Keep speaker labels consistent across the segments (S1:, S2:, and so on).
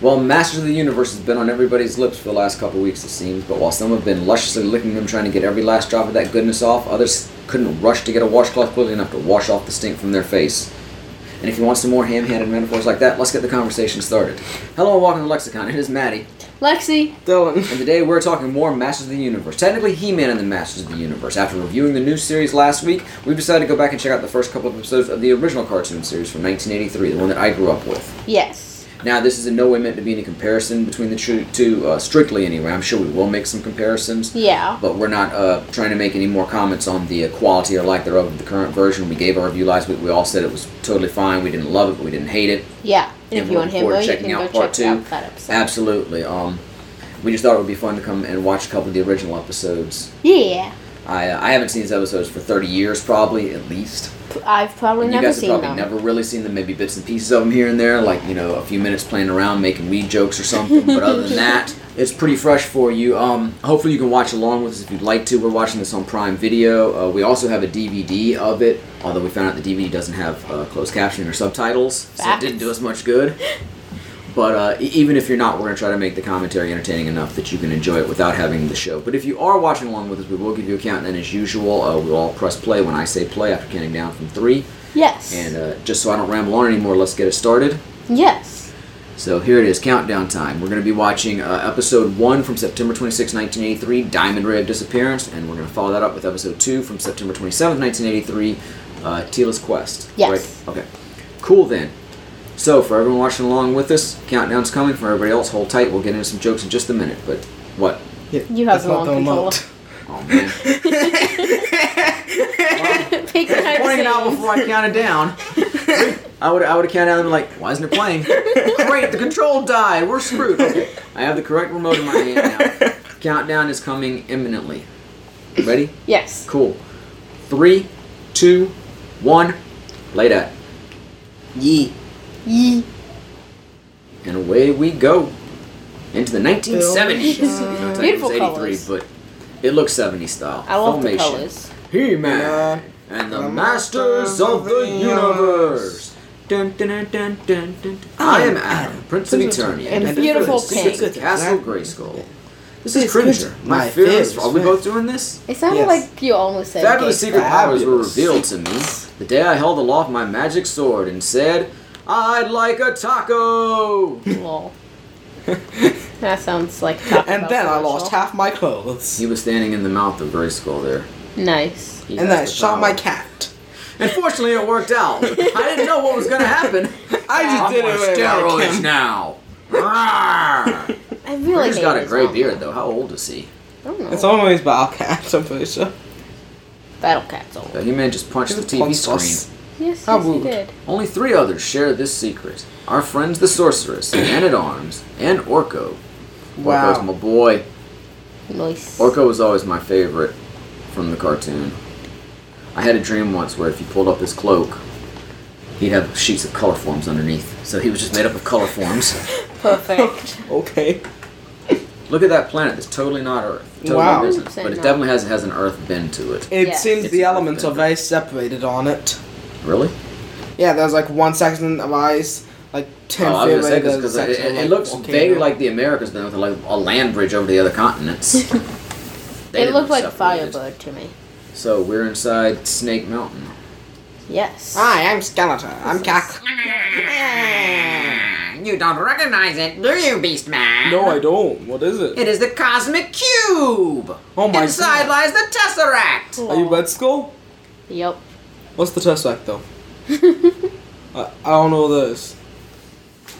S1: Well, Masters of the Universe has been on everybody's lips for the last couple weeks, it seems. But while some have been lusciously licking them, trying to get every last drop of that goodness off, others couldn't rush to get a washcloth quickly enough to wash off the stink from their face. And if you want some more ham-handed metaphors like that, let's get the conversation started. Hello, and welcome to Lexicon. It is Maddie,
S2: Lexi,
S3: Dylan.
S1: and today we're talking more Masters of the Universe. Technically, He-Man and the Masters of the Universe. After reviewing the new series last week, we've decided to go back and check out the first couple of episodes of the original cartoon series from 1983, the one that I grew up with.
S2: yes.
S1: Now, this is in no way meant to be any comparison between the two, two uh, strictly anyway. I'm sure we will make some comparisons,
S2: Yeah.
S1: but we're not uh, trying to make any more comments on the uh, quality or lack thereof of the current version. We gave our review last week. We all said it was totally fine. We didn't love it, but we didn't hate it.
S2: Yeah.
S1: And
S2: And if you
S1: we're
S2: want
S1: looking
S2: him,
S1: forward to
S2: well, you
S1: checking
S2: can go
S1: out part
S2: check
S1: two.
S2: out that episode.
S1: Absolutely. Um, we just thought it would be fun to come and watch a couple of the original episodes.
S2: Yeah.
S1: I, uh, I haven't seen these episodes for 30 years, probably, at least.
S2: P- I've probably
S1: And you
S2: never
S1: guys have
S2: seen
S1: probably
S2: them.
S1: never really seen them. Maybe bits and pieces of them here and there, like you know, a few minutes playing around making weed jokes or something. But other than that, it's pretty fresh for you. Um, hopefully, you can watch along with us if you'd like to. We're watching this on Prime Video. Uh, we also have a DVD of it, although we found out the DVD doesn't have uh, closed captioning or subtitles, so it
S2: Facts.
S1: didn't do us much good. But uh, e- even if you're not, we're going to try to make the commentary entertaining enough that you can enjoy it without having the show. But if you are watching along with us, we will give you a count, and as usual, uh, we'll all press play when I say play after counting down from three.
S2: Yes.
S1: And uh, just so I don't ramble on anymore, let's get it started.
S2: yes.
S1: So here it is, countdown time. We're going to be watching uh, episode 1 from September 26, 1983, Diamond Ray of Disappearance, and we're going to follow that up with episode 2 from September 27, 1983, uh, Tila's Quest.
S2: Yes.
S1: Right? Okay. Cool then. So for everyone watching along with us, countdown's coming. For everybody else, hold tight. We'll get into some jokes in just a minute. But what?
S2: You have the wrong controller.
S1: Oh, man.
S2: Pick the right
S1: pointing it out
S2: scenes.
S1: before I counted down. I would I would have counted down and been like, why isn't it playing? Great, the control died. We're screwed. Okay, I have the correct remote in my hand now. Countdown is coming imminently. Ready?
S2: Yes.
S1: Cool. Three, two, one. Lay that. Yee.
S2: Yee.
S1: And away we go. Into the 1970s.
S2: Bill.
S1: You know, it's
S2: Beautiful
S1: 1983,
S2: colours.
S1: but it looks 70s style.
S2: I love the
S1: Filmation.
S2: colors.
S1: He-Man and the Masters of the Universe. Dun, dun, dun, dun, dun, dun. I am Adam, Prince of
S3: Prince of
S1: Eternia,
S2: And
S1: and
S2: beautiful
S1: the secrets
S2: pink.
S1: of Castle
S3: Black-
S1: Grayskull. This
S3: This
S1: is
S3: is
S1: Cringer,
S3: good.
S1: my
S3: My
S1: fearless. Are we
S3: favorite.
S1: both doing this?
S2: It sounded
S3: Yes.
S2: like you almost said
S1: Fabulous
S2: gay.
S1: secret powers were
S3: Fabulous.
S1: revealed to me the day I held aloft my magic sword and said, "I'd like a taco."
S2: Lol. that sounds like Taco
S3: And
S2: Bell
S3: then I
S2: commercial.
S3: lost half my clothes.
S1: He was standing in the mouth of Grayskull there.
S2: Nice.
S1: He has
S3: and then I
S1: the
S3: shot
S1: power.
S3: my cat.
S1: And fortunately, it worked out. I didn't know what was going to happen.
S3: I just
S1: I'm
S3: did
S1: on
S3: it with like
S1: steroids
S3: him.
S1: now. Rawr.
S2: I really
S1: He's
S2: hate
S1: got a
S2: his
S1: gray
S2: mom.
S1: beard though. How old is he?
S2: I don't know.
S3: It's always about cat, I'm pretty sure.
S2: Battle Cat's old.
S1: The He-Man just punched the
S3: Just
S1: TV
S3: punched us.
S1: screen.
S2: Yes,
S3: How
S2: yes, he
S3: rude.
S2: did.
S1: Only three others share this secret: our friends, the Sorceress, Man at Arms, and Orko. Orko's my
S3: Wow.
S1: boy.
S2: Nice.
S1: Orko was always my favorite from the cartoon. I had a dream once where if you pulled up his cloak, he'd have sheets of color forms underneath. So he was just made up of color forms.
S2: Perfect.
S3: Okay.
S1: Look at that planet. It's totally not Earth. Totally
S3: Wow.
S1: business. But it
S2: 100%
S1: definitely has has an Earth bend to it.
S3: It
S2: Yes.
S3: seems
S1: It's
S3: the
S1: a
S3: elements are
S1: perfect-
S3: very separated on it.
S1: Really?
S3: Yeah, there's like one section of ice, like ten
S1: Oh, I
S3: feet
S1: was gonna say
S3: away. there's a
S1: because it,
S3: section
S1: it,
S3: of,
S1: it looks
S3: volcano.
S1: vaguely like the Americas, but with like a land bridge over the other continents. They
S2: it
S1: didn't
S2: looked like
S1: separate it.
S2: Firebird to me.
S1: So we're inside Snake Mountain.
S2: Yes.
S3: Hi, I'm Skeletor. I'm Cack.
S1: You don't recognize it, do you, Beast Man?
S3: don't. What is
S1: It is the cosmic cube.
S3: Oh my
S1: Inside
S3: God.
S1: lies the tesseract.
S3: Are you Red Skull?
S2: Yep.
S3: What's the test act though? I, I don't know this.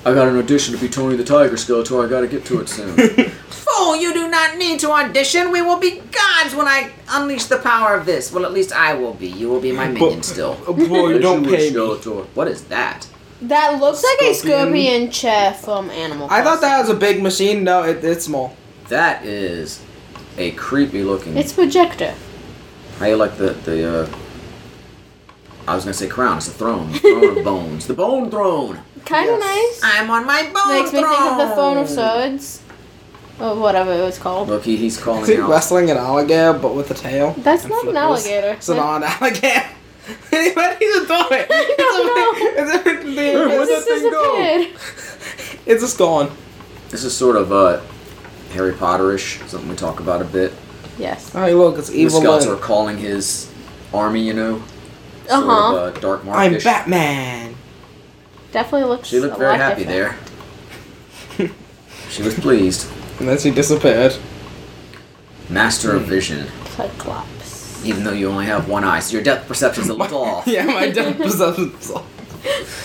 S1: I got an audition to be Tony the Tiger Skeletor. I gotta get to it soon. Fool, you do not need to audition. We will be gods when I unleash the power of this. Well, at least I will be. You will be my minion still.
S3: Boy, Oh, you don't pay me.
S1: Skeletor. What is that?
S2: That looks like a
S3: Scorpion.
S2: scorpion chair from Animal
S3: I thought
S2: Crossing.
S3: that was a big machine. No, it, it's small.
S1: That is a creepy looking.
S2: It's projector.
S1: how you like the the. Uh, I was gonna say crown. It's a throne. The throne of bones. The bone throne.
S2: Kind of
S3: Yes.
S2: nice.
S1: I'm on my bone
S2: Makes me think of the Phone of Swords. Or whatever it was called.
S1: Look, he, he's calling
S3: Is he
S1: out.
S3: wrestling an alligator but with a tail?
S2: That's
S3: and
S2: not an
S3: flippers?
S2: alligator.
S3: It's an on alligator. Anybody can throw it.
S2: I don't
S3: It's a- it's
S2: It
S3: a- it's a-
S2: disappeared.
S3: It's just gone.
S1: This is sort of uh, Harry Potterish, something we talk about a bit.
S2: Yes.
S3: All right, look, it's
S1: The
S3: evil.
S1: scouts
S3: Lynn.
S1: are calling his army, you know, sort
S2: Uh-huh.
S1: of uh, dark
S3: I'm
S1: markish.
S3: Batman.
S2: Definitely looks.
S1: She looked
S2: a
S1: very
S2: lot
S1: happy
S2: different.
S1: there. she was pleased.
S3: Unless he disappeared.
S1: Master
S3: Hmm.
S1: of vision.
S2: Cyclops.
S1: Even though you only have one eye, so your depth perception's a little off.
S3: yeah, my depth perception's off.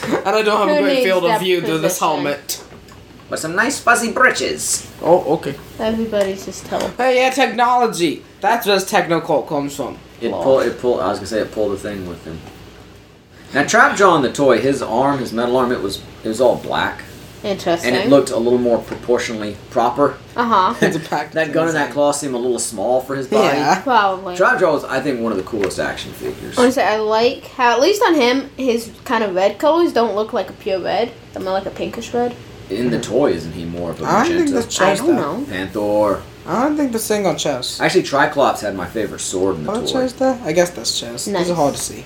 S3: And I don't have a
S2: Who
S3: great
S2: needs
S3: field of
S2: depth
S3: view through this
S2: perception?
S3: helmet.
S1: But some nice fuzzy britches.
S3: Oh, okay.
S2: Everybody's just telling.
S3: Hey, yeah, technology. That's where this technocult comes from.
S1: It pulled. It pulled. I was gonna say it pulled a thing with him. Now Trap John the toy, his arm, his metal arm, it was it was all black,
S2: Interesting.
S1: and it looked a little more proportionally proper.
S2: Uh huh.
S3: It's a pack.
S1: That gun and that claw seem a little small for his body.
S3: Yeah. Oh,
S2: Probably.
S1: Trap John was, I think, one of the coolest action figures.
S2: Honestly, I like how at least on him, his kind of red colors don't look like a pure red. They're more like a pinkish red.
S1: In the toy, isn't he more of a
S3: I don't think
S1: magenta?
S3: that's
S2: I
S3: changed
S2: don't
S3: that.
S2: know.
S1: Panther.
S3: I don't think this thing on chest.
S1: Actually, Triclops had my favorite sword in the
S3: Oh,
S1: toy.
S3: chest that? I guess that's chest. These are
S2: Nice.
S3: hard to see.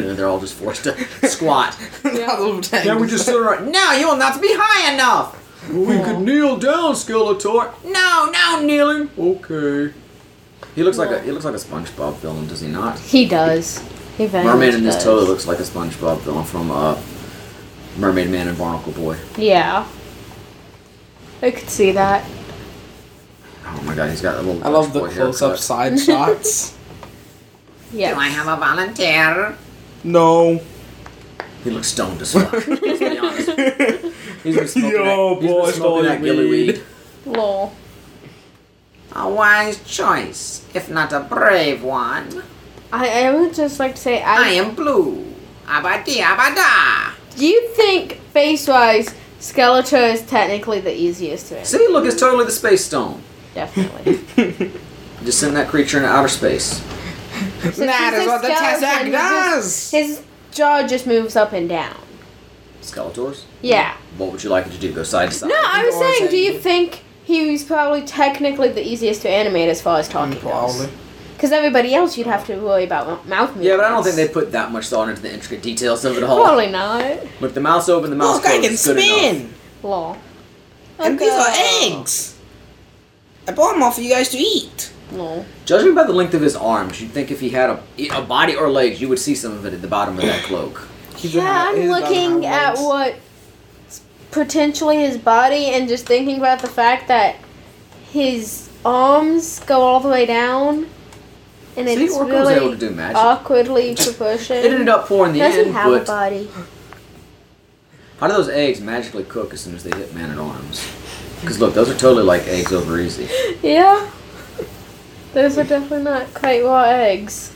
S1: They're all just forced to squat.
S3: Can
S1: sit around? No, you will not be high enough. We could kneel down, Skeletor. No, no kneeling. Okay. He looks like a he looks like a SpongeBob villain, does he not?
S2: He does. He very
S1: Merman
S2: much
S1: in this
S2: does.
S1: toy looks like a SpongeBob villain from uh, Mermaid Man and Barnacle Boy.
S2: Yeah. I could see that.
S1: Oh my God, he's got a little.
S3: I love
S1: Dutch
S3: the
S1: boy
S3: close-up
S1: haircut.
S3: side shots.
S2: Yeah.
S1: a volunteer?
S3: No.
S1: He looks stoned as fuck. Let's be honest. He's been smoking
S3: Yo,
S1: that, he's
S3: boy,
S1: been smoking that
S3: smoking
S1: gilly
S3: weed.
S1: weed.
S2: Lol.
S1: A wise choice, if not a brave one.
S2: I, I would just like to say I,
S1: blue. Abadi abada.
S2: Do you think face wise, Skeletor is technically the easiest to answer?
S1: See, look, it's totally the space stone.
S2: Definitely.
S1: Just send that creature into outer space.
S3: that
S2: he's
S3: is
S2: a
S3: what the Tesseract
S2: skeleton, he
S3: does.
S2: just- His jaw just moves up and down.
S1: Skeletors.
S2: Yeah.
S1: What would you like it to do? Go side to side.
S2: No, I was
S3: Or
S2: saying, do you
S3: take-
S2: think he was probably technically the easiest to animate as far as
S1: Mm,
S2: talking
S3: Probably.
S2: Because everybody else you'd have to worry about mou- mouth movements.
S1: Yeah, but I don't think they put that much thought into the intricate details of it all.
S2: Probably not.
S1: Look, the mouth's open, the mouth's
S3: Look, I
S1: closed.
S3: can
S1: it's good enough.
S3: spin.
S2: Lol. Oh,
S3: And these are eggs. I bought them all for you guys to eat.
S2: Lol.
S1: Judging by the length of his arms, you'd think if he had a, a body or legs, you would see some of it at the bottom of that cloak.
S2: Yeah, I'm looking at what potentially his body and just thinking about the fact that his arms go all the way down and
S1: See,
S2: it's
S1: Orko was able to
S2: really
S1: do magic.
S2: awkwardly proportioned.
S1: it ended up poor in the
S2: doesn't
S1: end,
S2: have a
S1: but
S2: body.
S1: how do those eggs magically cook as soon as they hit man at arms? Because look, those are totally like eggs over easy.
S2: Yeah. Those are definitely not quite raw eggs.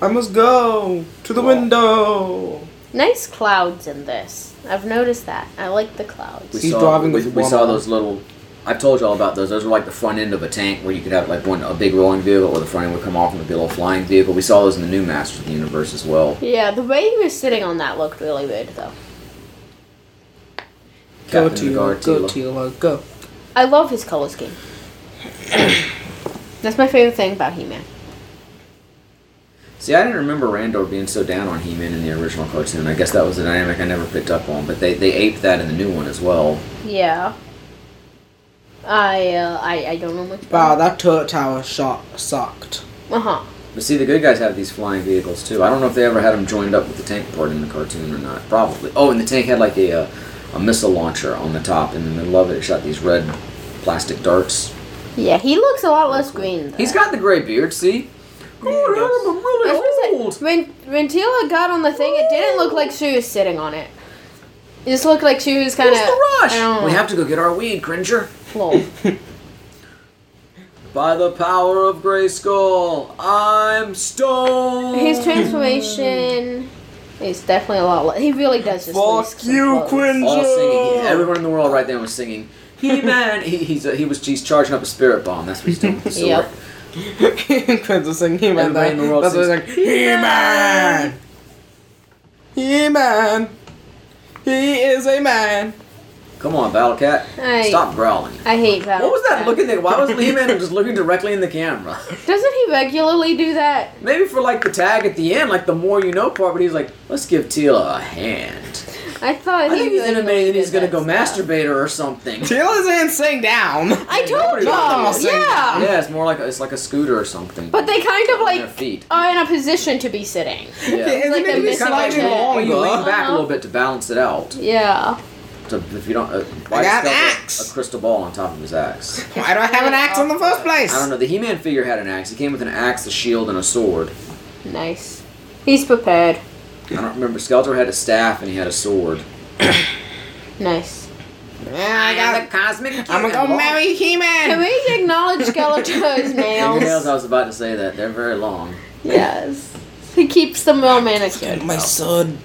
S3: I must go to the window.
S2: Nice clouds in this. I've noticed that. I like the clouds.
S3: He's driving
S1: we,
S3: with
S1: we
S3: one
S1: saw
S3: arm.
S1: those little. I told you all about those. Those were like the front end of a tank where you could have like one a big rolling vehicle, or the front end would come off and it'd be a little flying vehicle. We saw those in the new Masters of the Universe as well.
S2: Yeah, the way he was sitting on that looked really weird though.
S3: Go
S1: Captain
S3: Tila, go
S1: Gartila.
S3: Tila, go.
S2: I love his color scheme. That's my favorite thing about He-Man.
S1: See, I didn't remember Randor being so down on He-Man in the original cartoon. I guess that was a dynamic I never picked up on, but they they aped that in the new one as well.
S2: Yeah. I uh, I I don't know much
S3: Wow,
S2: about.
S3: that turret tower shot sucked.
S2: Uh huh.
S1: But see, the good guys have these flying vehicles too. I don't know if they ever had them joined up with the tank part in the cartoon or not. Probably. Oh, and the tank had like a uh, a missile launcher on the top. In the middle of it, it shot these red plastic darts.
S2: Yeah, he looks a lot less green. Though.
S1: He's got the gray beard. See.
S3: he does.
S1: I'm
S2: That's what I said. When when Tila got on the thing, it didn't look like she was sitting on it. It just looked like she was kind of.
S1: What's the rush?
S2: I don't
S1: We
S2: know.
S1: have to go get our weed, Cringer.
S2: Lol.
S1: By the power of Grayskull, I'm stoned.
S2: His transformation is definitely a lot. Le- he really does just. lose
S3: Fuck
S2: some
S3: you,
S2: clothes.
S1: all singing.
S3: Quinja.
S1: Everyone in the world right there was singing. He man, he, he's a, he was he's charging up a spirit bomb. That's what he's doing with the sword.
S2: Yep.
S3: Quinja singing He-Man.
S1: Everybody in the
S3: That,
S1: world
S3: that's what he's like.
S1: sings,
S3: He-Man. He-Man. He is a man.
S1: Come on, Battle Cat,
S2: I-
S1: stop growling.
S2: I hate that.
S1: What was that looking there? Why was He Man just looking directly in the camera?
S2: Doesn't he regularly do that?
S1: Maybe for like the tag at the end, like the more you know part. But he's like, let's give Teal a hand.
S2: I thought
S1: I
S2: he
S1: think he's
S2: really
S1: intimating
S2: did
S1: he's gonna
S2: that
S1: go
S2: stuff.
S1: masturbate her or something.
S3: Taylor's in sitting down.
S2: I told
S1: Nobody
S2: you.
S3: wants to sing
S2: Yeah.
S1: Yeah, it's more like a, it's like a scooter or something.
S2: But they kind of
S1: on their
S2: like
S1: feet.
S2: are in a position to be sitting.
S1: Yeah.
S2: like
S3: maybe
S2: a
S3: we
S2: missile
S1: Kind of like
S3: slightly
S2: jet.
S1: when you lean
S3: longer.
S1: back a
S2: Uh-huh.
S1: little bit to balance it out.
S2: Yeah.
S1: So if you don't, uh, why
S3: I got
S1: discover
S3: an axe.
S1: a crystal ball on top of his axe?
S3: Why do I have an axe in the first place?
S1: I don't know. The He-Man figure had an axe. He came with an axe, a shield, and a sword.
S2: Nice. He's prepared.
S1: I don't remember. Skeletor had a staff and he had a sword.
S2: Nice.
S3: Yeah, I got.
S1: cosmic.
S3: I'm gonna go marry
S2: Can
S3: He-Man.
S2: we acknowledge Skeletor's
S1: Fingernails. I
S2: nails?
S1: was about to say that they're very long.
S2: yes. He keeps them well manicured.
S3: My sword.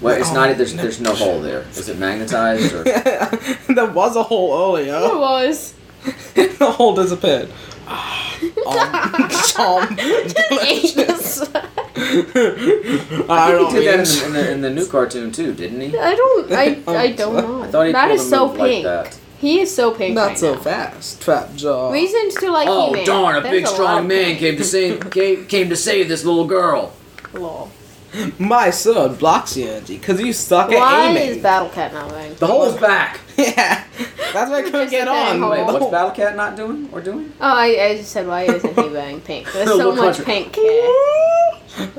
S1: Well, it's
S3: Oh,
S1: not. There's
S3: no.
S1: there's no hole there. Is it magnetized or?
S3: there was a hole
S2: It
S3: earlier.
S2: was.
S3: the hole disappeared. um,
S2: Anus.
S3: I
S1: I think
S3: don't
S1: he did that in
S3: mean.
S1: the, in, the, in the new cartoon too, didn't he?
S2: I don't. I.
S3: I'm
S2: I don't
S3: sorry.
S2: know.
S1: I thought he
S2: that
S1: pulled
S2: is
S1: a
S2: so
S1: move
S2: pink.
S1: like that.
S2: He is so pink.
S3: Not
S2: right
S3: so
S2: now.
S3: fast, Trap Jaw.
S2: Reasons to like
S1: Oh
S2: He-Man.
S1: darn! A
S2: There's
S1: big
S2: lot
S1: strong
S2: of
S1: man
S2: pink.
S1: came to save came, came to save this little girl.
S2: Lol.
S3: My sword blocks your energy because you suck
S2: Why is
S3: at aiming.
S2: Battle Cat not moving?
S1: The hole's back.
S3: yeah, that's why I couldn't
S2: Just
S3: get
S2: a big
S3: on.
S2: hole.
S1: Wait,
S3: The
S1: what's
S3: hole-
S1: Battle Cat not doing or doing?
S2: Oh, I, I just said why isn't he wearing pink? There's
S1: Look
S2: so
S1: what
S2: much
S1: you-
S2: pink here.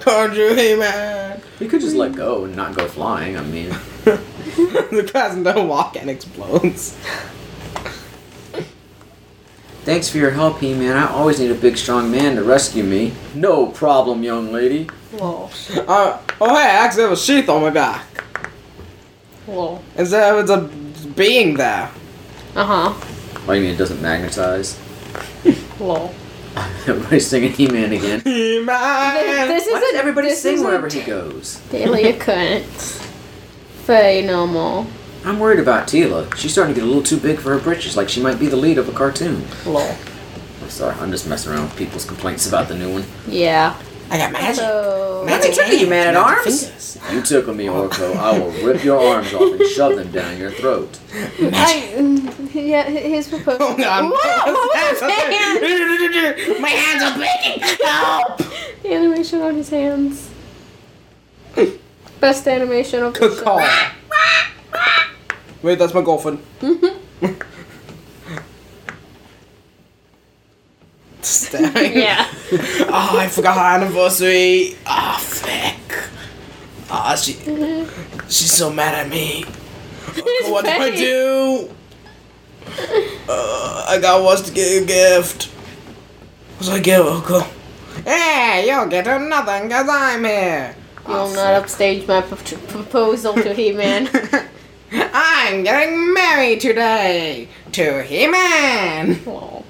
S3: Conjure He-Man.
S1: He could just let go and not go flying. I mean,
S3: the Krasno walk and explodes.
S1: thanks for your help, He-Man. I always need a big strong man to rescue me. No problem, young lady.
S2: Lol.
S3: Uh, oh hey, I actually have a sheath on my back.
S2: Lol.
S3: Is there was a being there?
S2: Uh huh.
S1: What do you mean it doesn't magnetize?
S2: Lol.
S1: Everybody's singing He-Man again.
S3: He-Man.
S2: This
S1: Why does
S2: isn't-
S1: everybody
S2: this
S1: sing
S2: isn't
S1: wherever he goes?
S2: Daily occurrence. Very normal.
S1: I'm worried about Tila. She's starting to get a little too big for her britches, like she might be the lead of a cartoon.
S2: Lol.
S1: I'm sorry, I'm just messing around with people's complaints about the new one.
S2: Yeah.
S3: I got magic.
S2: So.
S1: Magic trick, you man at
S3: Magic
S1: arms.
S3: fingers.
S1: You tickle me, Orko. I will rip your arms off and shove them down your throat.
S2: I, mm, yeah, hi- his proposal.
S3: Oh, God.
S2: Whoa, what was his hand?
S3: My hands are bleeding. Help!
S2: The animation on his hands. Best animation of the
S3: Good call.
S2: show.
S3: Wait, that's my girlfriend. Staring.
S2: Yeah.
S3: Oh, I forgot her anniversary. Ah, oh, fuck. Ah, she. She's so mad at me. What do I
S2: His face.
S3: do? Uh, I got wants to get you a gift. What do I give Uncle? Hey, you'll get nothing because I'm here.
S2: You'll not upstage my p- proposal to He-Man.
S3: I'm getting married today to He-Man.
S2: Lol.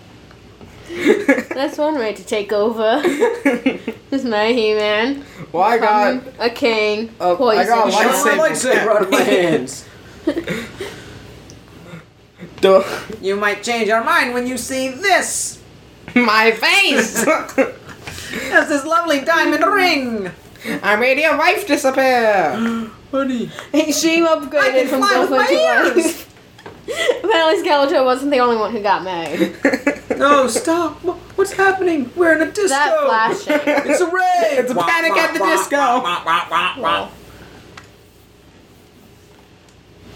S2: That's one way to take over. Is my He-Man.
S3: well, I got.
S2: Become a king.
S3: Oh, I
S2: poison.
S3: got a
S2: shot.
S1: Lightsaber.
S3: lightsaber.
S1: lightsaber out of my hands.
S3: Duh.
S1: You might change your mind when you see this.
S3: My face!
S1: There's this lovely diamond ring.
S3: I made your wife disappear!
S1: Honey.
S2: She upgraded from
S1: fly with
S2: girlfriend
S1: my
S2: to wife. Apparently Skeletor wasn't the only one who got married.
S1: No, stop. Wha- What's happening? We're in a disco.
S2: That flashing.
S1: It's a ray.
S3: It's a panic at the
S1: disco.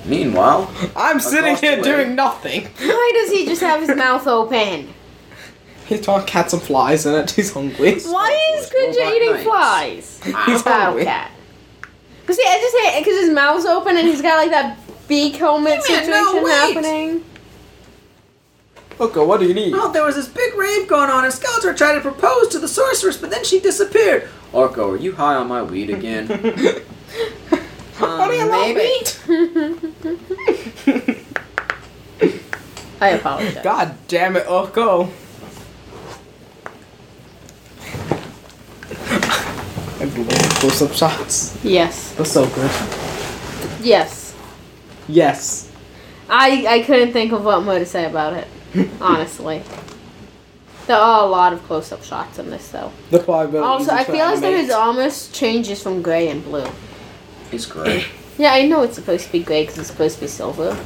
S1: Meanwhile,
S3: I'm sitting
S1: Across the
S3: here
S1: way.
S3: doing nothing.
S2: Why does he just have his mouth open?
S3: He's trying cats and flies in it, he's hungry.
S2: Why is
S1: Robot
S2: Cringer eating
S1: knights.
S2: flies?
S3: He's
S2: Battle
S3: hungry.
S2: cat. Cause see, I just hate because his mouth's open and he's got like that beak helmet
S1: He-Man,
S2: situation
S1: no, wait.
S2: happening.
S3: Okay, what do you need?
S1: oh, there was this big rave going on, and Skeletor tried to propose to the sorceress, but then she disappeared. Orko, are you high on my weed again?
S2: Um,
S3: What do you want meat?
S2: I apologize.
S3: God damn it, oh, Urko. I love close up shots.
S2: Yes.
S3: That's so good.
S2: Yes.
S3: Yes.
S2: I I couldn't think of what more to say about it. Honestly. There are a lot of close-up shots in this, though.
S3: The
S1: Oh,
S3: probability.
S2: Also, I feel as though his almost changes from gray and blue.
S1: It's great.
S2: Yeah, I know it's supposed to be gray because it's supposed to be silver.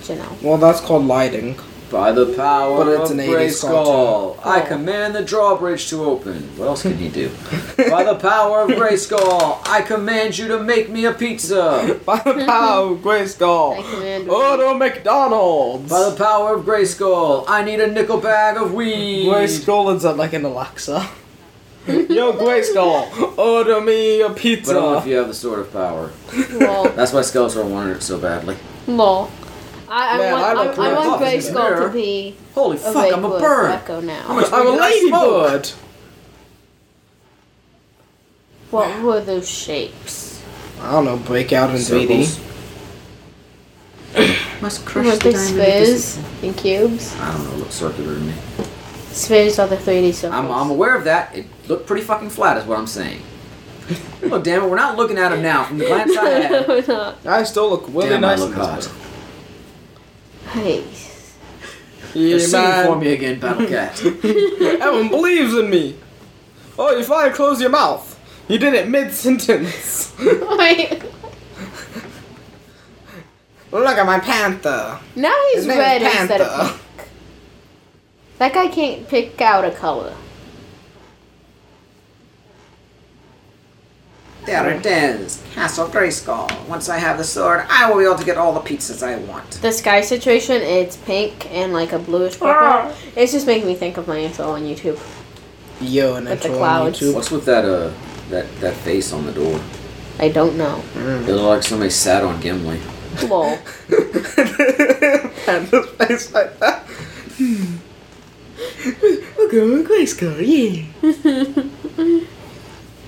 S2: But you know,
S3: Well, that's called lighting.
S1: By the power
S3: But it's
S1: of
S3: an 80s
S1: Grayskull, I
S3: cartoon.
S1: command the drawbridge to open. What else can he do? By the power of Grayskull, I command you to make me a pizza.
S3: By the power of
S2: I
S3: Grayskull.
S2: command
S3: Order McDonald's.
S1: By the power of Grayskull, I need a nickel bag of weed.
S3: Grayskull is uh, like an Alexa. Yo, Grayskull, order me a
S1: But only if
S3: pizza.
S1: you have the sword of power.
S2: Lol.
S1: That's why Skeletor wanted it so badly.
S2: Lol. I, I
S3: Man, I
S2: want,
S3: look
S2: I, I
S3: real
S2: want
S1: tough in the
S2: Grayskull
S1: mirror.
S2: to be
S1: Holy
S2: a
S1: fuck, I'm a
S2: Lakewood
S1: bird.
S2: Echo
S1: How
S2: now.
S1: much
S3: I'm a
S1: weed did I smoke?
S3: ladybird.
S2: What were those shapes?
S3: I don't know, break out into
S1: Circles.
S3: BD.
S1: Must crush
S2: Were
S1: the
S2: they
S1: diamond
S2: spheres and cubes?
S1: I don't know, look circular to me.
S2: Spheres are the 3D circles.
S1: I'm, I'm aware of that. It looked pretty fucking flat, is what I'm saying. look, damn it, we're not looking at him now from the glance I
S2: no,
S1: had.
S2: we're not.
S3: I still look really
S1: damn,
S3: nice.
S1: I look
S3: in this
S1: hot.
S2: Hey.
S3: book.
S1: They're
S3: Yeah,
S1: singing for
S3: man.
S1: me again, Battle Cat.
S3: Everyone believes in me. Oh, you finally closed your mouth. You did it mid sentence.
S2: Wait.
S3: look at my panther.
S2: Now he's
S3: His name is
S2: red instead of
S3: Panther.
S2: pink. That guy can't pick out a color.
S1: there it is, Castle Grayskull. Once I have the sword, I will be able to get all the pizzas I want.
S2: The sky situation, it's pink and like a bluish purple. It's just making me think of my intro on YouTube.
S3: Yo, and
S2: With the
S3: intro on
S2: clouds.
S3: YouTube.
S1: What's with that uh that that face on the door?
S2: I don't know.
S1: It looked like somebody sat on Gimli.
S2: Lol.
S3: Panther's face like that. Hmm. We're going Grayskull, yeah.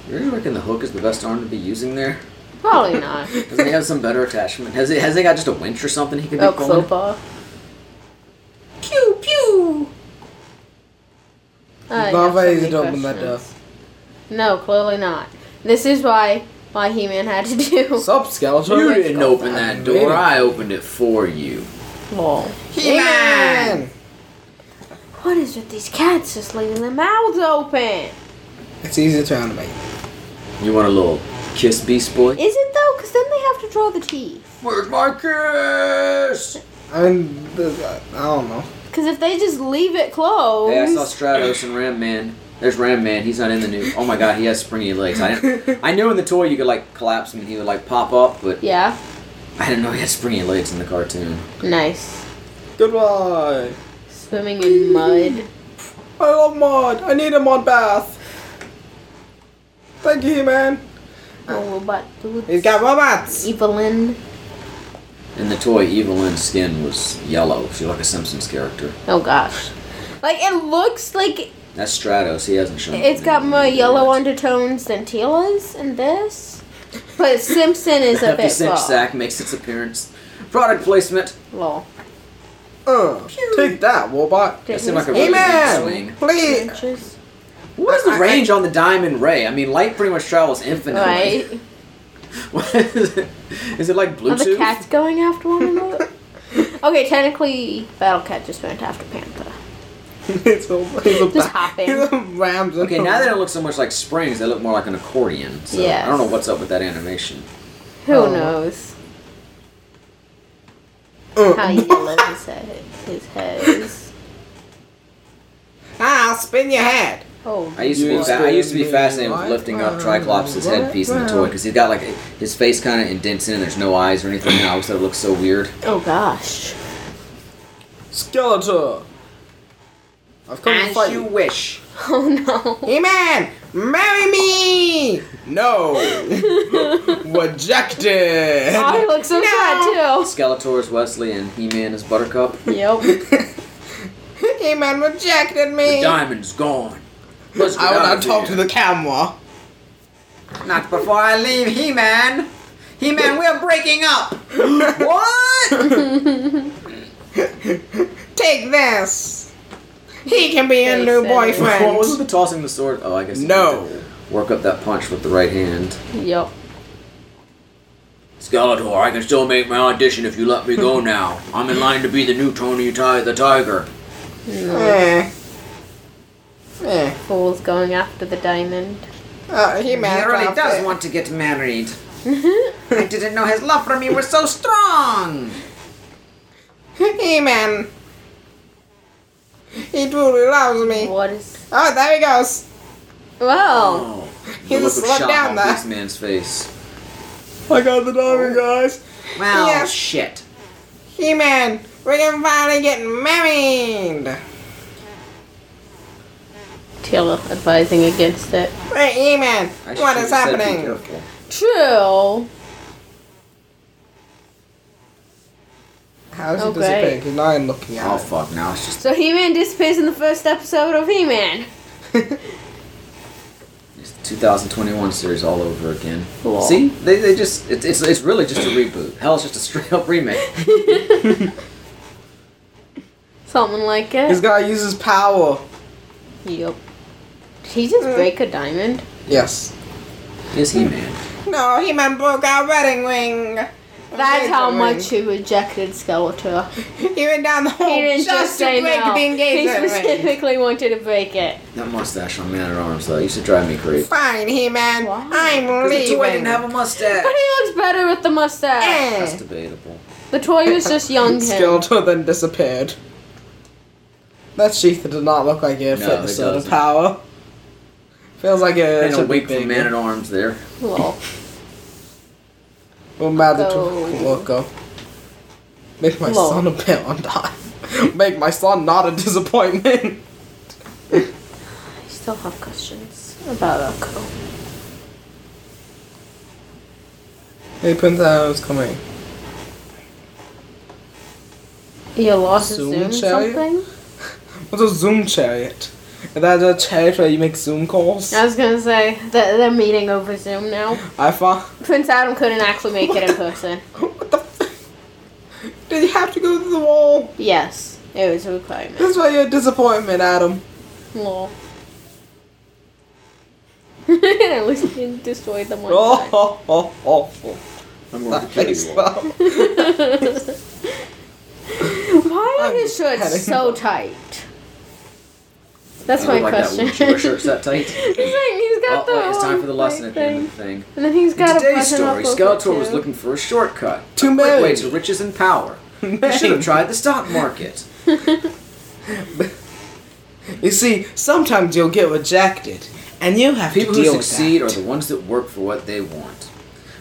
S1: You really reckon the hook is the best arm to be using there?
S2: Probably not.
S1: Doesn't he have some better attachment? Has he has he got just a winch or something he could be
S2: Oh,
S1: pulling?
S2: crowbar.
S1: Pew pew.
S2: I have
S3: No,
S2: so
S3: but
S2: many
S3: he's open that
S2: questions. No, clearly not. This is why why He-Man had to do.
S3: Sup, Skeletor?
S1: You
S3: Let's
S1: didn't
S3: go
S1: open
S3: find
S1: that door.
S3: me.
S1: I opened it for you.
S2: Lol.
S3: He-Man!
S2: What is with these cats just leaving their mouths open?
S3: It's easy to animate.
S1: You want a little kiss, Beast Boy?
S2: Is it though? Because then they have to draw the teeth.
S1: Where's my kiss?
S3: I mean, the- I don't know.
S2: Because if they just leave it closed,
S1: Hey, I saw Stratos and Ram Man. There's Ram Man. He's not in the new. Oh my God, he has springy legs. I didn't, I knew in the toy you could like collapse him and he would like pop up, but
S2: yeah,
S1: I didn't know he had springy legs in the cartoon.
S2: nice.
S3: Goodbye.
S2: Swimming in mud.
S3: I love mod. I need a mod bath. Thank you, He-Man.
S2: Oh, robot dudes.
S3: He's got robots.
S2: Evelyn.
S1: In the toy, Evelyn's skin was yellow. She looked like a Simpsons character.
S2: Oh gosh. Like it looks like
S1: That's Stratos. He hasn't shown.
S2: it's got more yellow undertones than Tila's and this, but Simpson is a
S1: Hefty
S2: bit
S1: cinch
S2: raw.
S1: sack makes its appearance. Product placement.
S2: Lol.
S3: Uh, take that, robot.
S1: That seemed like a really
S3: He-Man,
S1: big swing.
S3: please.
S2: Inches.
S1: What's the
S3: I-
S1: range on the Diamond Ray? I mean, light pretty much travels infinitely.
S2: Right.
S1: What is it? Is it like
S2: Are the
S1: Bluetooth?
S2: cats going after one another? okay, technically, Battle Cat just went after Panther.
S3: he's a, he's a
S2: Just
S3: ba-
S2: hop in.
S3: He's a Rams.
S1: Okay, now they don't look so much like springs; they look more like an accordion. So I don't know what's up with that animation.
S2: Who
S3: Oh.
S2: knows how
S3: Uh,
S2: yellow his head, his head is?
S3: ah, spin your head.
S2: Oh,
S1: I used to be
S3: You
S1: fa- I used to be
S3: spin
S1: fascinated with
S3: right
S1: lifting up
S3: round,
S1: Triclops'
S3: right
S1: headpiece in the toy
S3: round.
S1: because he's got like a, his face kind of indents in, and there's no eyes or anything. And I always thought it looked so weird.
S2: oh gosh.
S3: Skeletor. I've come to fight you.
S1: wish.
S2: Oh no.
S3: He-Man, marry me. No. Rejected.
S2: I look so sad
S3: Oh.
S1: Skeletor is Wesley, and He-Man is Buttercup.
S2: too. Yep.
S3: He-Man rejected
S1: The
S3: me.
S1: diamond's gone. Let's
S3: I will not talk to the camera.
S1: Not before I leave, He-Man. He-Man, we're breaking up.
S3: what? Take this. He can be your new
S2: Jason.
S1: what was
S3: boyfriend.
S1: the tossing the sword? Oh, I guess. he
S3: No.
S1: had to Work up that punch with the right hand.
S2: Yep.
S1: Skeletor, I can still make my audition if you let me go now. I'm in line to be the new Tony Ty the Tiger.
S2: No.
S3: Eh. Eh.
S2: Fool's going after the diamond.
S3: Uh, he man dropped it.
S1: want to get married. I didn't know his love for me was so strong.
S3: He man. He truly loves me.
S2: What is?
S3: Oh, there he goes.
S2: Wow.
S1: The
S3: Oh, He
S1: Oh, look
S3: just
S1: of
S3: looked
S1: shock
S3: down
S1: on
S3: there.
S1: this man's face.
S3: I got the diamond, guys.
S1: Well,
S3: Yeah.
S1: shit.
S3: He-Man, we can finally get married.
S2: Taylor advising against it.
S3: Hey, He-Man,
S1: I
S3: what
S1: should've
S3: is
S1: said be
S3: happening?
S1: careful.
S2: True.
S3: How is he
S2: Oh, great.
S3: disappearing? He's not even looking
S1: Oh
S3: at it.
S1: fuck! Now it's just
S2: So He Man disappears in the first episode of He Man.
S1: it's the 2021 series all over again.
S2: Cool.
S1: See, they, they just it's, it's it's really just a reboot. Hell, it's just a straight up remake.
S2: Something like it.
S3: He's gotta use his power.
S2: Yep. Did he just
S3: Mm.
S2: break a diamond?
S3: Yes.
S1: Is he man?
S3: No, He-Man broke our wedding ring.
S2: That's how
S3: Wedding
S2: much he rejected Skeletor.
S3: ring. He went down the hole
S2: He didn't
S3: Oh, just,
S2: just
S3: to
S2: say
S3: break
S2: no.
S3: the
S2: He
S3: engagement ring.
S2: specifically wanted to break it.
S1: That mustache on Man at Arms though used to drive me crazy.
S3: Fine, He-Man,
S2: Why?
S3: I'm leaving.
S1: a mustache.
S2: But he looks better with the mustache.
S3: Eh.
S1: That's debatable.
S2: The toy was just young him.
S3: Skeletor then disappeared. That sheath did not look like it
S1: No,
S3: fit
S1: it
S3: the soda
S1: doesn't.
S3: power. Feels like it
S1: And a
S3: should be
S1: wink from
S3: bigger.
S1: Man at Arms there.
S2: Well,
S3: We're mad at
S2: Oh.
S3: Loco. Make my
S2: Lol.
S3: son a bit on time. Make my son not a disappointment.
S2: I still have questions about Oko.
S3: Hey, Prince was coming.
S2: You lost a
S3: Zoom
S2: Zoom
S3: chariot?
S2: something?
S3: What's a Zoom chariot? Is that a chariot where you make Zoom calls?
S2: I was gonna say that they're meeting over Zoom now.
S3: I found.
S2: Prince Adam couldn't actually make it in person.
S3: What the? F- Did you have to go through the wall?
S2: Yes, it was a requirement.
S3: That's why you're a disappointment, Adam.
S2: Lol. At least he didn't destroy them one
S3: Oh, oh, oh, oh, oh.
S1: I'm
S3: That
S1: going to kill
S3: face,
S1: you all.
S3: Bob.
S2: time. Why are
S3: I'm
S2: his shirts
S3: kidding.
S2: so tight? That's
S1: I
S2: my
S1: don't like
S2: question.
S1: That wool shirt's that tight.
S2: He's like, he's
S1: Oh,
S2: got the
S1: wait, it's time for the
S2: wrong
S1: lesson at the end
S2: thing.
S1: of the thing.
S2: And then he's
S1: In
S2: got a
S1: today's
S2: button
S1: story,
S2: up over
S1: Skeletor was
S2: too.
S1: looking for a shortcut,
S3: To
S1: a quick way
S3: marriage.
S1: to riches and power. He should have tried the stock market.
S3: You see, sometimes you'll get rejected, and you have
S1: People
S3: to
S1: who
S3: deal
S1: succeed are
S3: with that.
S1: the ones that work for what they want.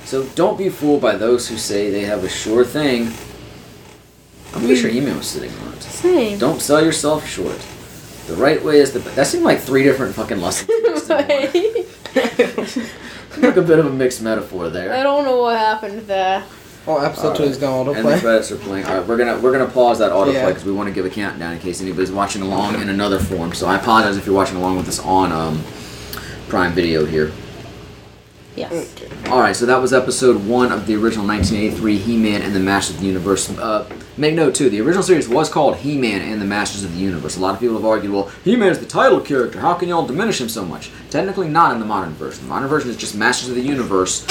S1: So don't be fooled by those who say they have a sure thing. I'm pretty sure email was sitting on it.
S2: Same.
S1: Don't sell yourself short. The right way is the. That seemed like three different fucking lessons. mixed in one.
S2: Right?
S1: Seemed like a bit of a mixed metaphor there.
S2: I don't know what happened there.
S3: Oh, episode two is going
S1: And the
S3: autoplay.
S1: credits are playing. All right, we're gonna we're gonna pause that autoplay
S3: Yeah.
S1: because we want to give a countdown in case anybody's watching along in another form. So I apologize if you're watching along with us on um, Prime Video here.
S2: Yes.
S1: All right, so that was episode one of the original 1983 He-Man and the Masters of the Universe. Uh, make note too, the original series was called He-Man and the Masters of the Universe. A lot of people have argued, well, He-Man is the title character. How can y'all diminish him so much? Technically, not in the modern version. The modern version is just Masters of the Universe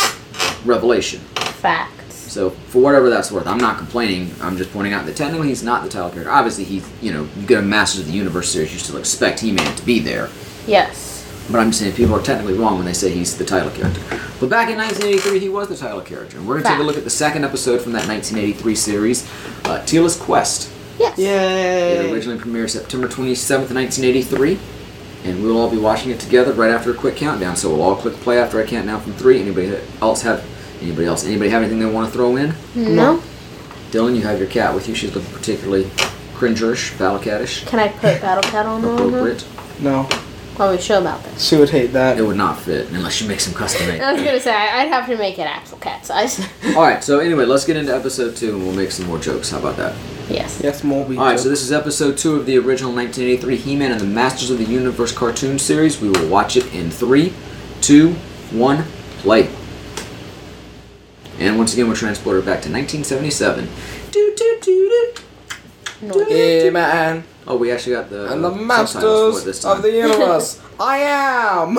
S1: Revelation.
S2: Facts.
S1: So for whatever that's worth, I'm not complaining. I'm just pointing out that technically he's not the title character. Obviously, he's you know you get a Masters of the Universe series, you still expect He-Man to be there.
S2: Yes.
S1: But I'm just saying people are technically wrong when they say he's the title character. But back in 1983, he was the title character, and we're gonna take a
S2: Fact.
S1: look at the second episode from that 1983 series, uh, Tila's Quest.
S2: Yes.
S1: It
S3: Yay!
S1: originally premiered September 27th, 1983, and we'll all be watching it together right after a quick countdown. So we'll all click play after I count down from three. Anybody else have anybody else? Anybody have anything they want to throw in?
S2: No.
S1: Dylan, you have your cat with you. She's looking particularly cringerish, battle catish,
S2: Can I put Battle Cat on one?
S1: appropriate.
S3: No,
S2: Are we sure about this?
S3: she would hate
S1: It
S3: that.
S1: would not fit unless you make some custom made.
S2: I was gonna say I- I'd have to make it actual cat size.
S1: All right, so anyway, let's get into episode two, and we'll make some more jokes. How about that?
S2: yes.
S3: Yes, Morby.
S1: All right, so this is episode two of the original 1983 He-Man and the Masters of the Universe cartoon series. We will watch it in three, two, one, play. And once again, we're transported back to 1977. Doo, doo, doo, doo.
S2: No.
S3: Hey, man,
S1: Oh, we actually got the
S3: and the
S1: uh, subtitles for it this
S3: masters
S1: time.
S3: of the universe. I am.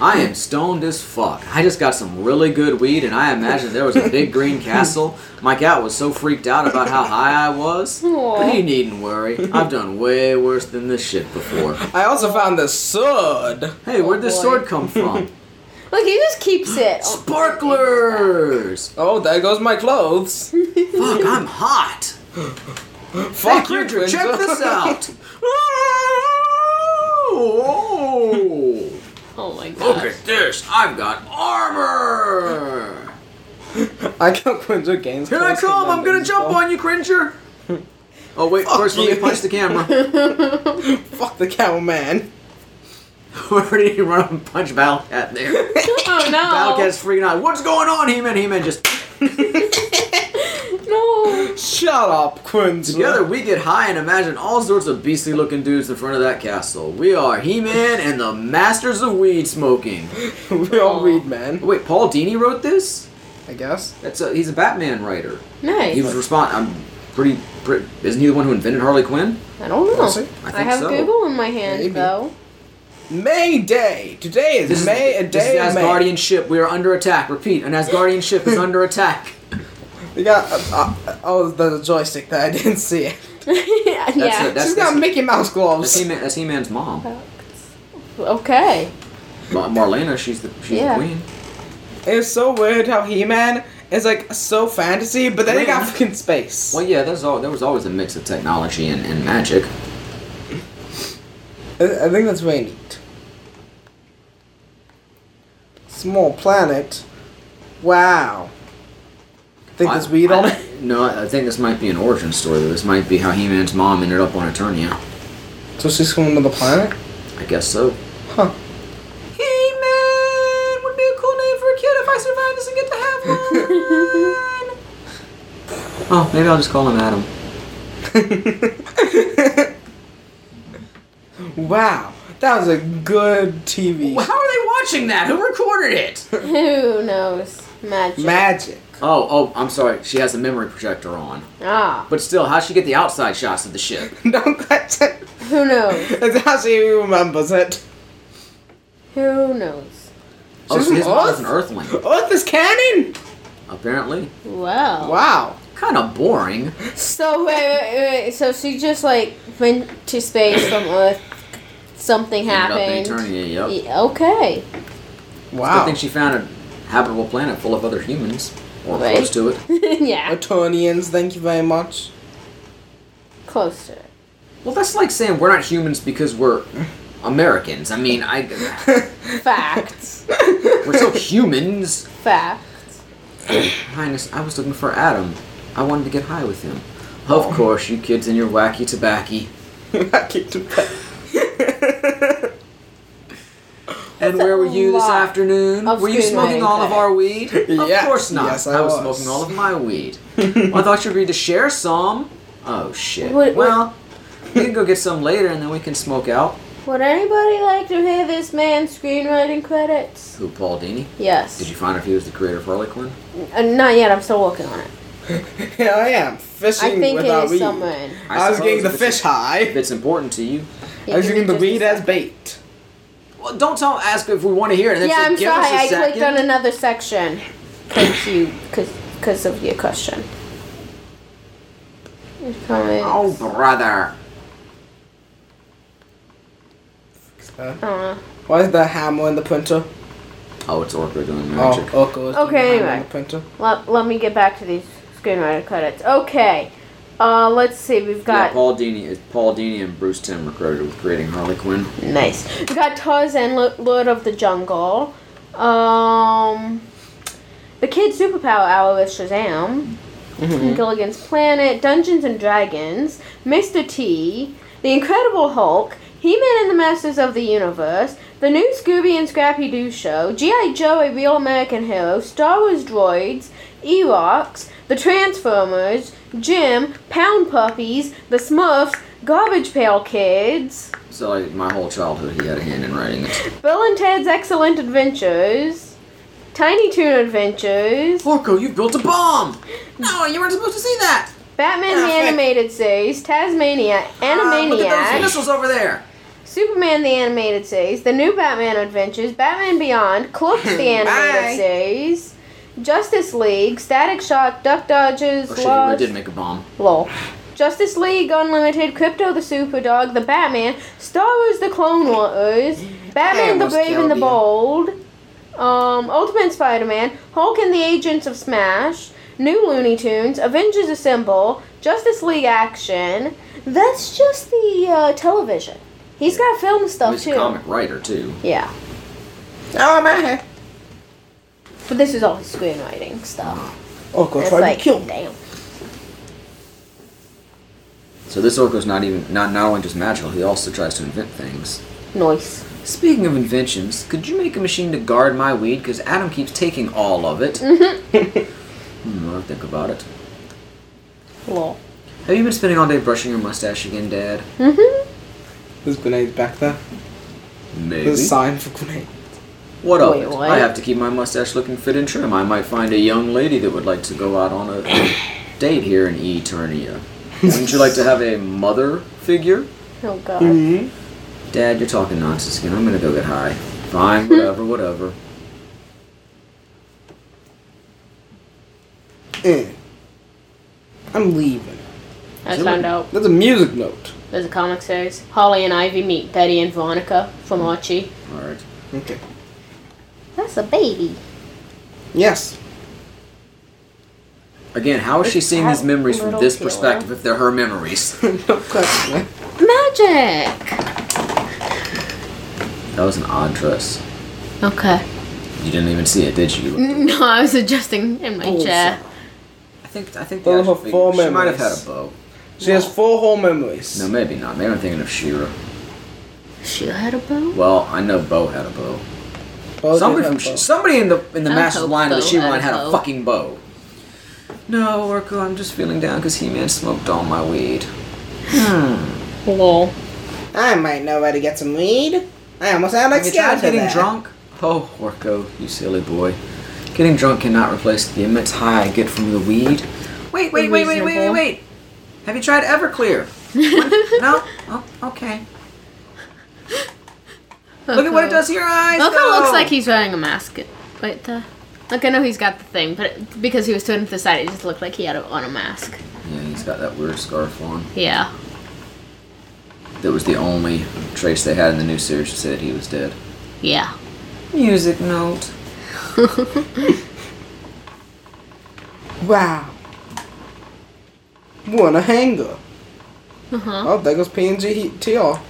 S1: I am stoned as fuck. I just got some really good weed, and I imagine there was a big green castle. My cat was so freaked out about how high I was. But he needn't worry. I've done way worse than this shit before.
S3: I also found this sword.
S1: Hey, where'd this
S2: boy. Oh,
S1: sword come from?
S2: Look, he just keeps it.
S1: Sparklers!
S3: Oh, there goes my clothes.
S1: Fuck, I'm hot! Hey,
S3: Fuck you,
S1: Kendrick,
S3: Twins.
S1: check this out. Oh,
S2: Oh my god.
S1: look at this. I've got armor.
S3: I got Quinto Gaines.
S1: Here I come. I'm going to jump on you, Cringer. Oh, wait.
S3: Fuck
S1: first, let
S3: you.
S1: me punch the camera.
S3: Fuck the camelman.
S1: Where did he run up and punch Valcat there?
S2: oh no.
S1: Valcat's freaking out. What's going on, He-Man? He-Man just...
S2: No.
S3: Shut up, Quinto.
S1: Together we get high and imagine all sorts of beastly looking dudes in front of that castle. We are He-Man and the Masters of Weed Smoking.
S3: we all
S1: Oh.
S2: Aw.
S3: read, man.
S1: Wait, Paul Dini wrote this?
S3: I guess.
S1: That's a, he's a Batman writer. He was
S2: Nice.
S1: respond. I'm pretty. pre- Isn't he the one who invented Harley Quinn?
S2: I don't
S3: Was
S2: know.
S3: it?
S1: I
S2: I,
S1: think
S2: have
S1: so.
S2: Google in my hand
S3: Maybe.
S2: though.
S3: May Day. Today is May a
S1: this
S3: day
S1: is
S3: of May.
S1: Asgardian ship. We are under attack. Repeat, an Asgardian ship is under attack.
S3: We got uh, uh, oh the joystick there. I didn't see it.
S1: That's it.
S2: yeah.
S1: That's,
S3: She's
S1: that's,
S3: got Mickey Mouse
S1: that's,
S3: gloves.
S1: He-Man, that's He-Man's mom. Ma-
S2: Okay.
S1: Marlena, she's the she's
S2: Yeah.
S1: the queen.
S3: It's so weird how He-Man is like so fantasy, but then he got
S1: When?
S3: fucking space.
S1: Well, yeah, there's all, there was always a mix of technology and, and magic.
S3: I I think that's very neat. Small planet. Wow. Think there's weed
S1: I-
S3: on
S1: I-
S3: it?
S1: No, I think this might be an origin story. Though. This might be how He-Man's mom ended up on Eternia.
S3: So she's from another planet?
S1: I guess so.
S3: Huh.
S1: He-Man would be a cool name for a kid if I survive this and get to have one. oh, maybe I'll just call him Adam.
S3: wow. That was a good TV.
S1: How are they watching that? Who recorded it?
S2: Who knows? Magic.
S3: Magic.
S1: Oh, oh, I'm sorry. She has a memory projector on.
S2: ah.
S1: But still, how'd she get the outside shots of the ship?
S3: Don't touch it.
S2: Who knows?
S3: That's how she remembers it.
S2: Who knows?
S1: Oh,
S3: She's
S1: so
S3: an
S1: his mother's
S3: Earth?
S1: an Earthling,
S3: Earth is canon?
S1: apparently.
S2: Wow.
S3: Wow.
S1: Kind of boring.
S2: So wait, wait, wait, wait. So she just like went to space from Earth. Something
S1: Ended
S2: happened.
S1: up in Eternia, yep.
S2: Yeah, okay.
S1: I
S3: Wow.
S1: think she found a habitable planet full of other humans, or
S2: Right.
S1: close to it.
S2: yeah.
S3: Etonians, thank you very much.
S2: Close to it.
S1: Well, that's like saying we're not humans because we're Americans. I mean, I
S2: Facts.
S1: we're still humans.
S2: Facts.
S1: Highness, I was looking for Adam. I wanted to get high with him. Of
S3: Oh.
S1: course, you kids and your wacky tobacco.
S3: I kicked him back.
S1: And
S2: That's
S1: where
S2: a
S1: were you this
S2: lot
S1: afternoon?
S2: of
S1: Were you
S2: screen
S1: smoking
S2: writing
S1: all of
S2: credit.
S1: our weed?
S3: Yeah.
S1: Of course not.
S3: Yes, I
S1: was
S3: was.
S1: smoking all of my weed. Well, I thought you agreed to share some. Oh shit.
S2: What- what-
S1: well, we can go get some later, and then we can smoke out.
S2: Would anybody like to hear this man's screenwriting credits?
S1: Who, Paul Dini?
S2: Yes.
S1: Did you find out if he was the creator of Harley Quinn?
S2: Uh, not yet. I'm still working on it.
S3: Here I am, fishing
S2: I think it
S3: without
S2: is
S3: weed.
S2: somewhere. In.
S3: I, was
S1: suppose
S3: getting the
S1: if it's-
S3: fish high.
S1: If it's important to you,
S2: Yeah,
S3: I was
S2: give
S3: using
S2: me
S3: the
S2: just a
S3: weed as
S2: sec.
S3: bait.
S1: well, don't tell. Ask if we want to hear it. And then
S2: Yeah,
S1: say,
S2: I'm
S1: "Give
S2: sorry.
S1: us a
S2: I clicked
S1: second."
S2: on another section. Thank you, because of your question. Comments.
S1: Oh, brother.
S2: Uh,
S3: Why is the hammer in the printer?
S1: Oh, it's Orca doing
S3: Oh,
S1: magic.
S3: Orca was
S2: Okay,
S3: doing the hammer
S2: anyway.
S3: in the printer.
S2: let, let me get back to these screenwriter credits. Okay. Uh, let's see. We've
S1: Yeah,
S2: got
S1: Paul Dini is Paul Dini and Bruce Tim were credited with creating Harley Quinn.
S2: nice. We got Tarzan, Lo- Lord of the Jungle. Um, the Kid Superpower Hour with Shazam. Gilligan's Planet, Dungeons and Dragons, Mr. T, The Incredible Hulk, He-Man and the Masters of the Universe, The New Scooby and Scrappy Doo Show, G.I. Joe, A Real American Hero, Star Wars Droids, E-Rocks, The Transformers, Jim, Pound Puppies, The Smurfs, Garbage Pail Kids,
S1: So like my whole childhood, he had a hand in writing it.
S2: Bill and Ted's Excellent Adventures, Tiny Toon Adventures,
S1: Orco, you built a bomb. No, you weren't supposed to see that.
S2: Batman the
S1: Perfect.
S2: Animated Series, Tasmania,
S1: Ah, look at those
S2: Animaniacs,
S1: missiles over there.
S2: Superman the Animated Series, The New Batman Adventures, Batman Beyond, Clerks the
S3: Bye.
S2: Animated Series, Justice League, Static Shock, Duck Dodgers,
S1: Oh shit, you
S2: Lost-
S1: did make a bomb.
S2: lol. Justice League Unlimited, Crypto the Superdog, The Batman, Star Wars the Clone Wars, Batman the
S3: almost
S2: Brave and the
S3: killed you.
S2: Bold, um, Ultimate Spider Man, Hulk and the Agents of Smash, New Looney Tunes, Avengers Assemble, Justice League Action. That's just the uh, television. He's got film stuff
S1: He's
S2: too.
S1: a comic writer too.
S2: Yeah,
S3: Oh, man.
S2: but this is all his screenwriting stuff.
S3: Orko
S2: It's
S3: tried
S2: like
S3: to kill me.
S2: damn.
S1: So this Orko's not even not not only just magical, he also tries to invent things.
S2: Noise.
S1: Speaking of inventions, could you make a machine to guard my weed? Because Adam keeps taking all of it.
S2: Mm-hmm.
S1: hmm, I'll think about it.
S2: Lol.
S1: Have you been spending all day brushing your mustache again, Dad?
S2: Mhm.
S3: Mm-hmm. There's grenades back there.
S1: Maybe.
S3: There's a sign for grenade.
S1: What of
S2: Wait,
S1: it?
S2: what?
S1: I have to keep my mustache looking fit and trim. I might find a young lady that would like to go out on a date here in Eternia. uh, Wouldn't you like to have a mother figure?
S2: Oh god.
S3: Mm-hmm.
S1: Dad, you're talking nonsense again. I'm gonna go get high. Fine, whatever, whatever.
S3: I'm leaving.
S2: I
S3: Mm.
S1: Sure.
S2: found out
S3: That's a music note.
S2: there's a comic series. Holly and Ivy meet Betty and Veronica from Archie.
S1: Alright.
S3: Okay.
S2: That's a baby.
S3: Yes.
S1: Again, how is she
S2: It's
S1: seeing these
S2: that
S1: memories from
S2: little
S1: this
S2: killer.
S1: perspective if they're her memories?
S3: no question.
S2: Magic.
S1: That was an odd dress.
S2: Okay.
S1: You didn't even see it, did you?
S2: No, I was adjusting in my
S3: Bullseye.
S2: chair.
S1: I think I think
S3: Those
S1: the actual
S3: are four
S1: figure- she might have had
S3: memories.
S1: a bow.
S3: She has four whole memories.
S1: No, maybe not. Maybe I'm thinking of Shira.
S2: She had a bow.
S1: Well, I know Bo had a bow.
S3: Both
S1: Somebody from
S3: of them
S1: sh
S3: both.
S1: somebody in the in the
S2: I
S1: master
S2: hope
S1: line of the
S2: so,
S1: She-Ron
S2: I
S1: had a
S2: hope.
S1: fucking bow. No, Orko, I'm just feeling down because He-Man smoked all my weed. Hmm.
S2: Lol.
S3: I might know where to get some weed. I almost sound like
S1: Have you tried
S3: Skeletor
S1: getting
S3: there.
S1: drunk? Oh, Orko, you silly boy. Getting drunk cannot replace the immense high I get from the weed. Wait, wait, wait, wait, wait, wait,
S2: Reasonable.
S1: wait. Have you tried Everclear? no? Oh, okay. Look at what it does to your eyes.
S2: Loco
S1: though.
S2: looks like he's wearing a mask. Right there. Like I know he's got the thing, but it, because he was turned to the side, it just looked like he had a, on a mask.
S1: Yeah, he's got that weird scarf on.
S2: Yeah.
S1: That was the only trace they had in the new series that said he was dead.
S2: Yeah.
S1: Music note.
S3: Wow. What a hanger.
S2: Uh huh.
S3: Oh, there goes PNG he- TL.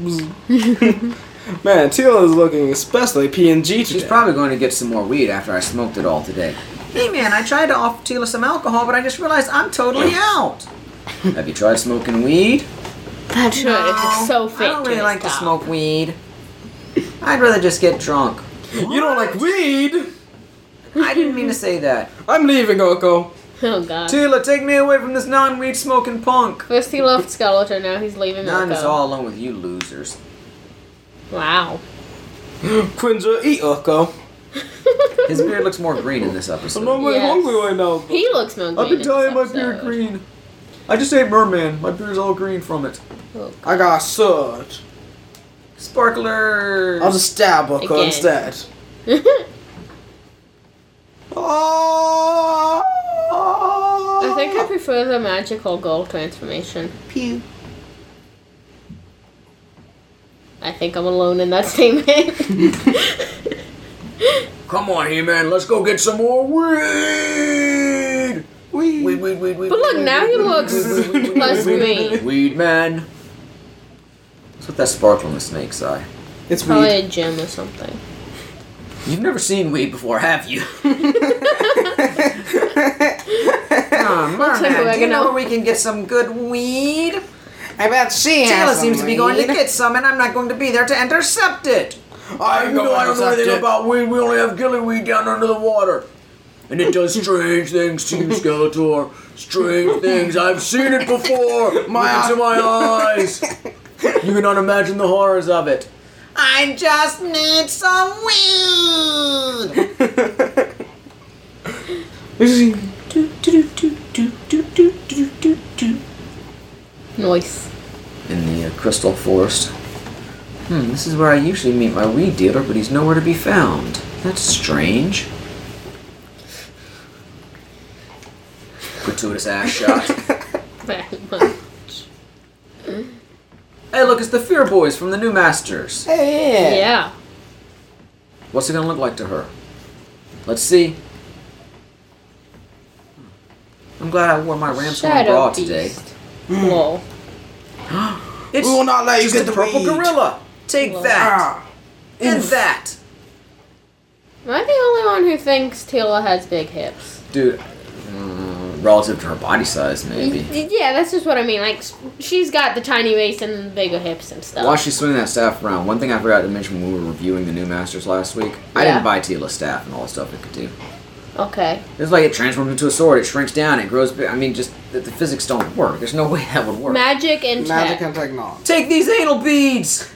S3: Bzz. Man, TL is looking especially PNG
S1: She's
S3: today.
S1: probably going to get some more weed after I smoked it all today. Hey man, I tried to offer Tila some alcohol, but I just realized I'm totally out. Have you tried smoking weed?
S2: That shirt is so
S1: I
S2: fake.
S1: don't really like to smoke weed. I'd rather just get drunk.
S3: you don't like weed?
S1: I didn't mean to say that.
S3: I'm leaving, Oko.
S2: Oh god.
S1: Tila, take me away from this non-weed smoking punk.
S2: First he loved Skeletor, now he's leaving
S1: None is
S2: Loco.
S1: all alone with you losers.
S2: Wow.
S3: Quinja, eat Oko.
S1: His beard looks more green in this
S3: I'm not
S1: episode.
S3: really
S2: Yes.
S3: hungry right now. Oko.
S2: He looks more green.
S1: I've been
S2: in
S1: telling my
S2: this
S1: beard
S2: episode.
S1: green. I just ate merman. My beard's all green from it.
S2: Oh,
S3: I got a sword.
S1: Sparklers.
S3: I'll just stab Oko
S2: Again.
S3: instead.
S2: God.
S3: Oh!
S2: I think I prefer the magical gold transformation.
S3: Pew.
S2: I think I'm alone in that statement.
S1: Come on, He-Man, let's go get some more weed.
S3: Weed.
S1: Weed, weed, weed, weed.
S2: But look,
S1: weed,
S2: now
S1: weed,
S2: he
S1: weed,
S2: looks
S1: weed, weed, weed, weed,
S2: less
S1: weed, weed,
S2: green.
S1: Weed man. What's with that sparkle in the snake's eye?
S3: It's weed.
S2: Probably a gem or something.
S1: You've never seen weed before, have you? Ah,
S2: Looks like
S1: Merman, do you know
S2: oregano.
S1: where we can get some good weed?
S3: I bet she
S1: Taylor
S3: has some
S1: seems to be going to
S3: weed.
S1: get some, and I'm not going to be there to intercept it.
S3: I
S1: You know, I don't know anything about weed. We only have gillyweed down under the water. And it does strange things to you, Skeletor. Strange things. I've seen it before. My into my eyes. You cannot imagine the horrors of it. I just need some weed.
S2: Noise.
S1: In the uh, crystal forest. Hmm, this is where I usually meet my weed dealer, but he's nowhere to be found. That's strange. Gratuitous ass shot.
S2: Very much.
S1: Hey, look, it's the Fear Boys from the New Masters.
S3: Hey,
S2: Yeah.
S1: What's it gonna look like to her? Let's see. Hmm. I'm glad I wore my Ramstorm
S2: Shadow
S1: bra
S2: Beast.
S1: today.
S3: Mm.
S1: Mm.
S2: Whoa.
S1: It's
S3: We will not let you
S1: just
S3: get
S1: a
S3: the
S1: purple
S3: weed.
S1: gorilla. Take
S2: Well,
S1: that
S3: Ah,
S1: and
S3: oof.
S1: that,
S2: Am I the only one who thinks Tila has big hips?
S1: dude. mm, relative to her body size, maybe.
S2: Y- Yeah, that's just what I mean. Like, s- she's got the tiny waist and the bigger hips and stuff.
S1: While she's swinging that staff around, one thing I forgot to mention when we were reviewing the new masters last week, I
S2: Yeah.
S1: didn't buy Tila's staff and all the stuff it could do.
S2: Okay.
S1: It's like it transforms into a sword, it shrinks down, it grows big. I mean, just the, the physics don't work. There's no way that would work.
S2: Magic and
S3: Magic
S2: tech.
S3: and technology.
S1: Take these anal beads!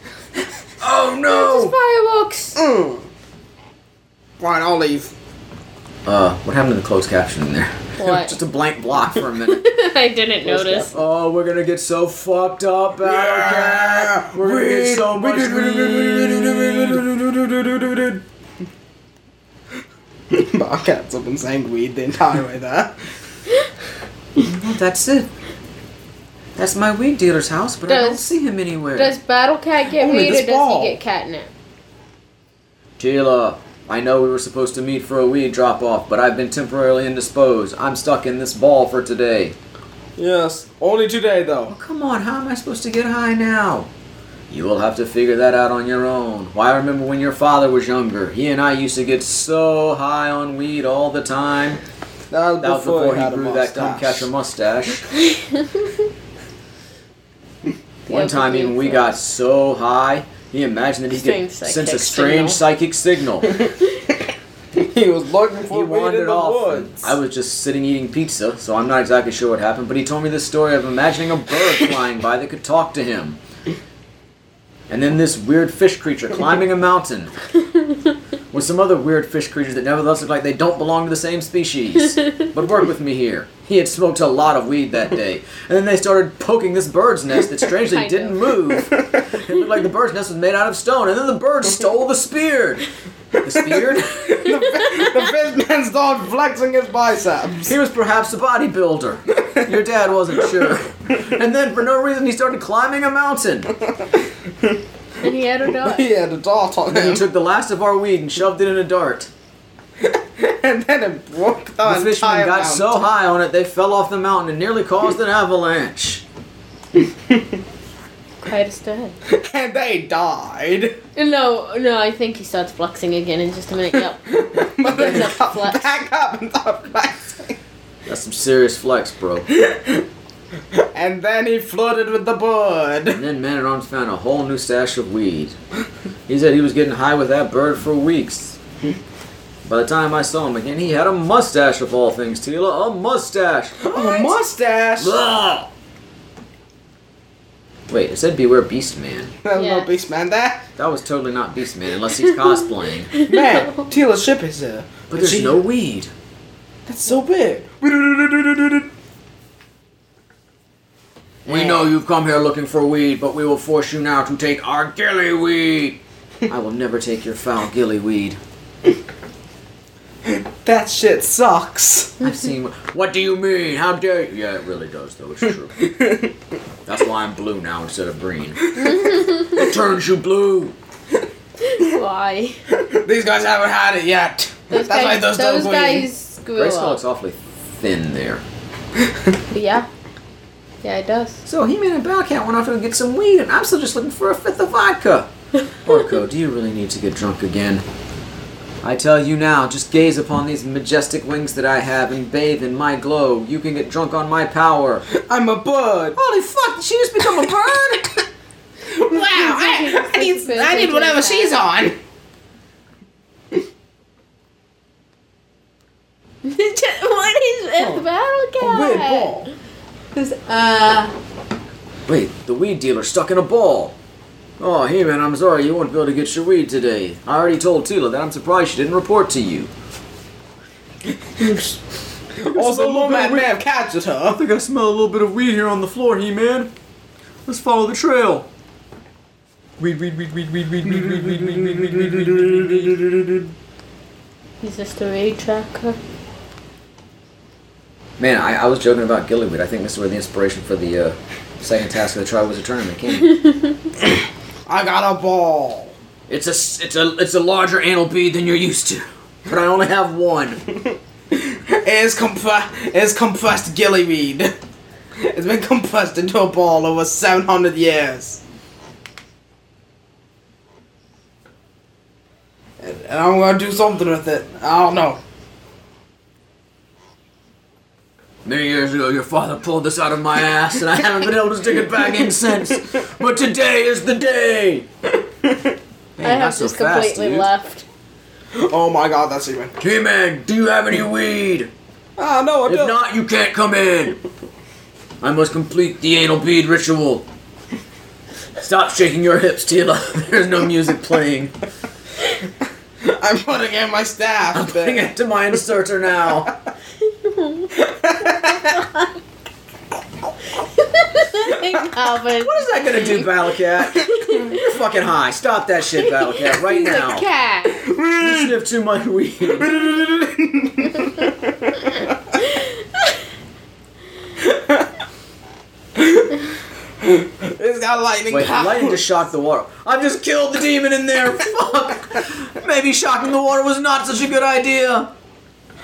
S1: oh
S2: Just
S1: no!
S2: fireworks.
S3: Mm. Fine, I'll leave.
S1: Uh, what happened to the closed caption in there?
S2: What?
S1: just a blank block for a minute.
S2: I didn't notice.
S1: oh, we're gonna get so fucked up, Battlecat! We're gonna get so much weed.
S3: Bobcats have been saying weed the entire way there.
S1: That's it. That's my weed dealer's house, but I don't
S2: Does-
S1: see him anywhere.
S2: Does Battle Cat get
S3: Only
S2: weed
S3: this
S2: or does
S3: ball.
S2: he get catnip?
S1: Tila, I know we were supposed to meet for a weed drop off, but I've been temporarily indisposed. I'm stuck in this ball for today.
S3: Yes, only today
S1: Oh,
S3: though.
S1: come on, how am I supposed to get high now? You will have to figure that out on your own. Why, I remember when your father was younger. He and I used to get so high on weed all the time.
S3: That was
S1: That was
S3: before,
S1: before
S3: he,
S1: he
S3: had a
S1: grew that dumb
S3: mustache.
S1: catcher mustache. One time, even we got so high, he imagined that he
S2: Strange
S1: could
S2: psychic
S1: sense a
S2: signal.
S1: strange psychic signal.
S3: He was looking
S1: he
S3: for weed in
S1: wandered
S3: the
S1: off. and
S3: woods.
S1: I was just sitting eating pizza, so I'm not exactly sure what happened, but he told me this story of imagining a bird flying by that could talk to him. And then this weird fish creature climbing a mountain with some other weird fish creatures that nevertheless look like they don't belong to the same species. But work with me here. He had smoked a lot of weed that day. And then they started poking this bird's nest that strangely
S2: Kind
S1: didn't
S2: of.
S1: move. It looked like the bird's nest was made out of stone. And then the bird stole the spear. The spear?
S3: the fish man started flexing his biceps.
S1: He was perhaps a bodybuilder. Your dad wasn't sure. And then, for no reason, he started climbing a mountain.
S2: And he had a dog.
S3: He had a dart on
S1: Then he
S3: him,
S1: took the last of our weed and shoved it in a dart.
S3: and then it broke the,
S1: The fishermen
S3: entire
S1: got
S3: mountain.
S1: so high on it they fell off the mountain and nearly caused an avalanche.
S2: Quite a stud.
S3: and they died.
S2: No, no, I think he starts flexing again in just a minute. Yep.
S3: But they
S2: That's a
S3: got
S2: flex.
S3: back up and started flexing.
S1: That's some serious flex, bro.
S3: And then he flirted with the bird.
S1: And then Man at Arms found a whole new stash of weed. He said he was getting high with that bird for weeks. By the time I saw him again, he had a mustache of all things, Tila. A mustache!
S3: A mustache. That
S1: Blah! Wait, it said Beware Beast Man.
S3: was
S2: Yeah.
S3: no beast man there.
S1: That was totally not Beast Man, unless he's cosplaying.
S3: Man, Tila's ship is here.
S1: But there's
S3: Gee,
S1: no weed.
S3: That's so big.
S1: We know you've come here looking for weed, but we will force you now to take our gilly weed. I will never take your foul gilly weed.
S3: That shit sucks.
S1: I've seen. What do you mean? How dare you? Yeah, it really does, though. It's true. That's why I'm blue now instead of green. it turns you blue.
S2: Why?
S3: These guys haven't had it yet.
S2: Those
S3: That's
S2: guys,
S3: why those,
S2: those
S3: don't bleed.
S2: guys grew
S1: Grayskull
S2: up.
S1: looks awfully thin there.
S2: Yeah. Yeah, it does.
S1: So He-Man and Bellcat went off to get some weed, and I'm still just looking for a fifth of vodka. Orko, do you really need to get drunk again? I tell you now, just gaze upon these majestic wings that I have and bathe in my glow. You can get drunk on my power.
S3: I'm a bird.
S1: Holy fuck, did she just become a bird?
S3: Wow, I, I need I need whatever she's on.
S2: what is
S1: Oh.
S2: it? Battle
S3: A
S2: Cat?
S3: weird ball.
S2: This, uh,
S1: Wait, the weed dealer stuck in a ball. Oh, He-Man, I'm sorry you won't be able to get your weed today. I already told Tila that I'm surprised she didn't report to you.
S3: Also, Lomat may have captured her.
S1: think I smell a little bit of weed here on the floor, He Man. Let's follow the trail. Weed, weed, weed, weed, weed, weed, weed, weed, weed, weed, weed, weed, weed, weed, weed, weed.
S2: he's just a raid tracker.
S1: Man, I, I was joking about Gillyweed. I think this is where the inspiration for the uh, second task of the trial was a tournament came.
S3: I got a ball.
S1: it's a s- it's a it's a larger anal bead than you're used to, but I only have one.
S3: It It's compre- it's compressed gillyweed. It's been compressed into a ball over 700 years. And and I'm gonna do something with it. I don't know.
S1: Many years ago, your father pulled this out of my ass, and I haven't been able to stick it back in since. But today is the day. Man,
S2: I have just completely left.
S3: Oh my god, that's even.
S1: T-Man, do you have any weed?
S3: Ah, no, I
S1: If
S3: don't.
S1: not, you can't come in. I must complete the anal bead ritual. Stop shaking your hips, Tila. There's no music playing.
S3: I'm putting in my staff.
S1: I'm putting it to my inserter now.
S2: Calvin.
S1: What is that gonna do, Battlecat? You're fucking high. Stop that shit, Battlecat, right
S2: He's
S1: now.
S2: a cat.
S1: You sniffed too much weed.
S3: it's got lightning
S1: Wait, the
S3: powers.
S1: lightning just shocked the water. I've just killed the demon in there. Fuck. Maybe shocking the water was not such a good idea.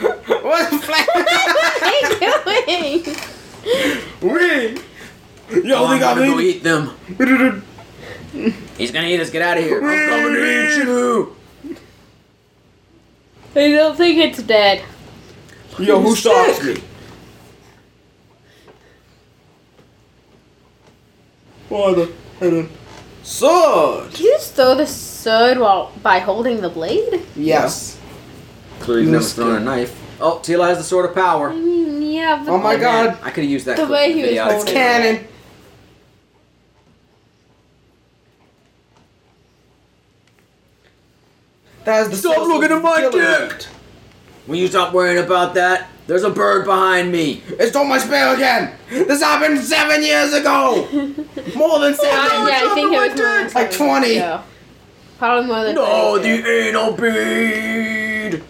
S3: What the flag?
S2: What are you doing?
S3: we. Yo,
S1: Oh,
S3: we
S1: I'm
S3: got
S1: gonna go
S3: me.
S1: eat them. He's gonna eat us. Get out of here. I'm coming to eat you.
S2: I don't think it's dead.
S3: Yo, who stopped me?
S1: me?
S3: What the? Hold on. Sword.
S2: Can you just throw the sword while by holding the blade?
S3: Yes.
S1: Clearly, he's
S3: You
S1: never
S3: must
S1: thrown a
S3: go.
S1: knife. Oh, Tila has the sword of
S2: I
S1: power.
S2: mean, yeah, but uh,
S3: Oh my
S1: Oh, man,
S3: God.
S1: I could have used that.
S2: Oh The
S1: clip
S2: way
S1: in
S2: he was
S1: video.
S2: holding it.
S3: Cannon. That is the
S1: Stop
S3: source
S1: looking
S3: of
S1: at my
S3: gillyweed.
S1: dick. Will you stop worrying about that? There's a bird behind me.
S3: It's not my spell again. This happened seven years ago. More
S2: Oh,
S3: than seven.
S2: yeah, I think it was more than
S3: It's like
S2: 20
S3: 20.
S2: years ago. Probably more than
S1: No,
S2: 20
S1: the
S2: years ago.
S1: anal bead.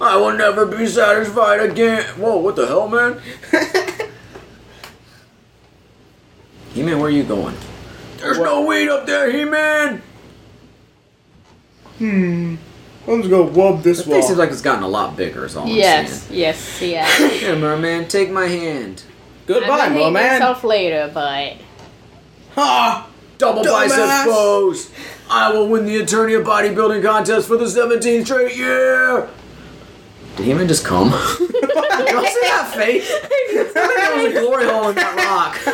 S1: I will never be satisfied again. Whoa, what the hell, man? He Man, where are you going? There's no weed up there, He Man!
S3: Hmm. I'm just gonna wub this
S1: This thing seems like it's gotten a lot bigger, is all
S2: Yes, yes, yeah.
S1: I'm saying. Here, merman, take my hand.
S2: I'm
S3: Goodbye, my
S2: gonna hate
S3: man.
S2: myself later, but
S3: Ha!
S1: Double
S3: Dumbass.
S1: bicep pose! I will win the Attorney of Bodybuilding contest for the 17th straight year! Did He Man just come? Did y'all see that face? That was a glory hole in that rock.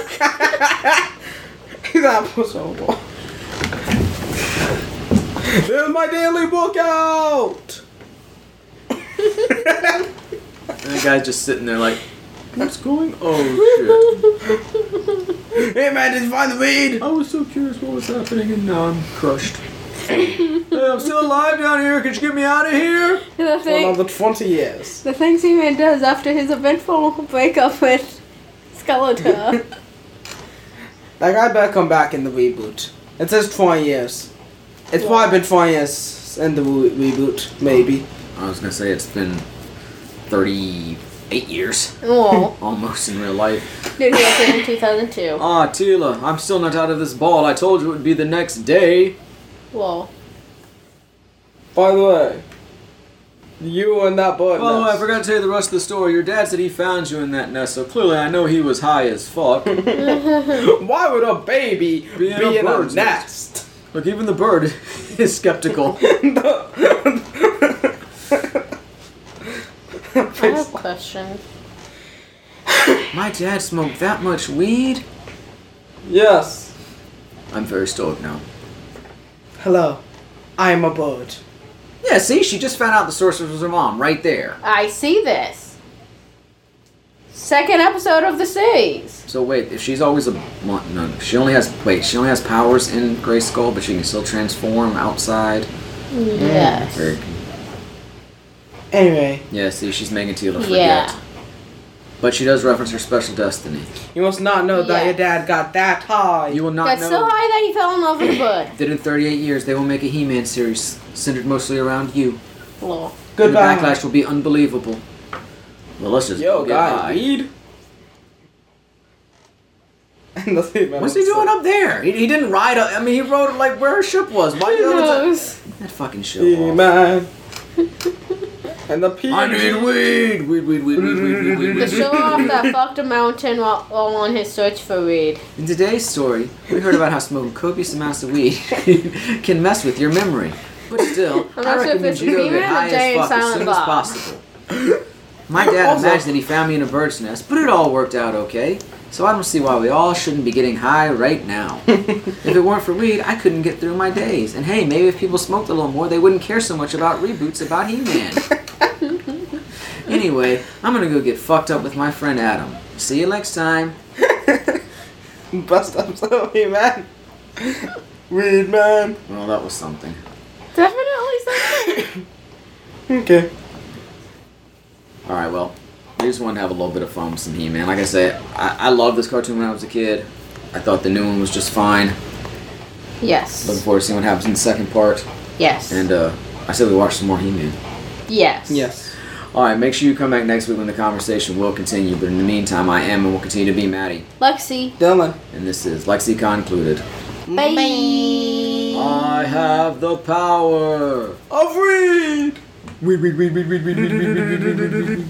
S3: that was horrible. There's my daily workout.
S1: And the guy's just sitting there like, what's going Oh shit.
S3: Hey man, did you find the weed?
S1: I was so curious what was happening and now I'm crushed. hey, I'm still alive down here. Could you get me out of here?
S2: the
S3: For
S2: thing,
S3: another 20 years.
S2: the things he man does after his eventful breakup with Skeletor.
S3: That guy better come back in the reboot. It says 20 years. It's probably been 20 years in the re- reboot, maybe.
S1: I was gonna say it's been 38 years
S2: oh,
S1: almost in real life.
S2: dude, he was in 2002.
S1: Ah, Tila, I'm still not out of this ball. I told you it would be the next day.
S2: Whoa.
S3: By the way, you and that
S1: By
S3: boy.
S1: the way, Oh, I
S3: Ness.
S1: forgot to tell you the rest of the story. Your dad said he found you in that nest, so clearly I know he was high as fuck.
S3: Why would a baby be
S1: in
S3: in
S1: a
S3: a,
S1: bird's
S3: nest?
S1: Look, even the bird is skeptical.
S2: I have a question.
S1: My dad smoked that much weed?
S3: yes.
S1: I'm very stoic now.
S3: Hello. I am a bird.
S1: Yeah, see, she just found out the sorceress was her mom right there.
S2: I see this. Second episode of the series.
S1: So wait, if she's always a well, no, no, she only has wait, she only has powers in Gray Skull, but she can still transform outside.
S2: Yes.
S1: Very-
S3: Anyway,
S1: yeah, see, she's making Tila forget.
S2: Yeah.
S1: But she does reference her special destiny.
S3: you must not know that
S2: Yeah.
S3: your dad got that high.
S1: You will not
S2: That's
S1: know
S2: so high that he fell in love with a bird.
S1: that in 38 years they will make a He-Man series centered mostly around you.
S2: Lol.
S1: And
S3: Goodbye.
S1: The backlash will be unbelievable. Well, let's just
S3: Yo,
S1: go get
S3: guy,
S1: high.
S3: weed. And the thing, man,
S1: What's he
S3: I'm
S1: doing up there? He, he didn't ride. Up, I mean, he rode like where her ship was. Why
S2: Who
S1: the other side-
S2: knows?
S1: That fucking show.
S3: so- He man. And the pee.
S1: I need weed. Weed, weed, weed, weed, weed, weed, weed,
S2: The
S1: weed.
S2: show off that fucked a mountain while, while on his search for weed.
S1: In today's story, we heard about how smoking copious amounts of weed can mess with your memory. But still,
S2: I'm not
S1: I
S2: sure if
S1: recommend
S2: it's a
S1: you go
S2: female
S1: get
S2: or
S1: high as
S2: giant
S1: fuck as
S2: silent
S1: soon as
S2: bob.
S1: possible. My dad
S3: Also-
S1: imagined that he found me in a bird's nest, but it all worked out okay. So I don't see why we all shouldn't be getting high right now. if it weren't for weed, I couldn't get through my days. And hey, maybe if people smoked a little more, they wouldn't care so much about reboots about He-Man. anyway, I'm gonna go get fucked up with my friend Adam. See you next time.
S3: Bust up so hey man. Weed man.
S1: Well, that was something.
S2: Definitely something.
S3: Okay.
S1: All right, well, we just wanted to have a little bit of fun with some He-Man. Like I said, I, I loved this cartoon when I was a kid. I thought the new one was just fine. Looking
S2: Yes.
S1: forward to seeing what happens in the second part.
S2: Yes.
S1: And uh, I said we watch some more He-Man.
S2: yes.
S3: Yes.
S1: All right, make sure you come back next week when the conversation will continue. But in the meantime, I am and will continue to be Maddie.
S2: Lexi.
S3: Dylan.
S1: And this is Lexi Concluded.
S2: Bye.
S1: I have the power.
S3: Of weed.
S1: Weed, weed, weed, weed, weed, weed, weed, weed, weed, weed, weed, weed.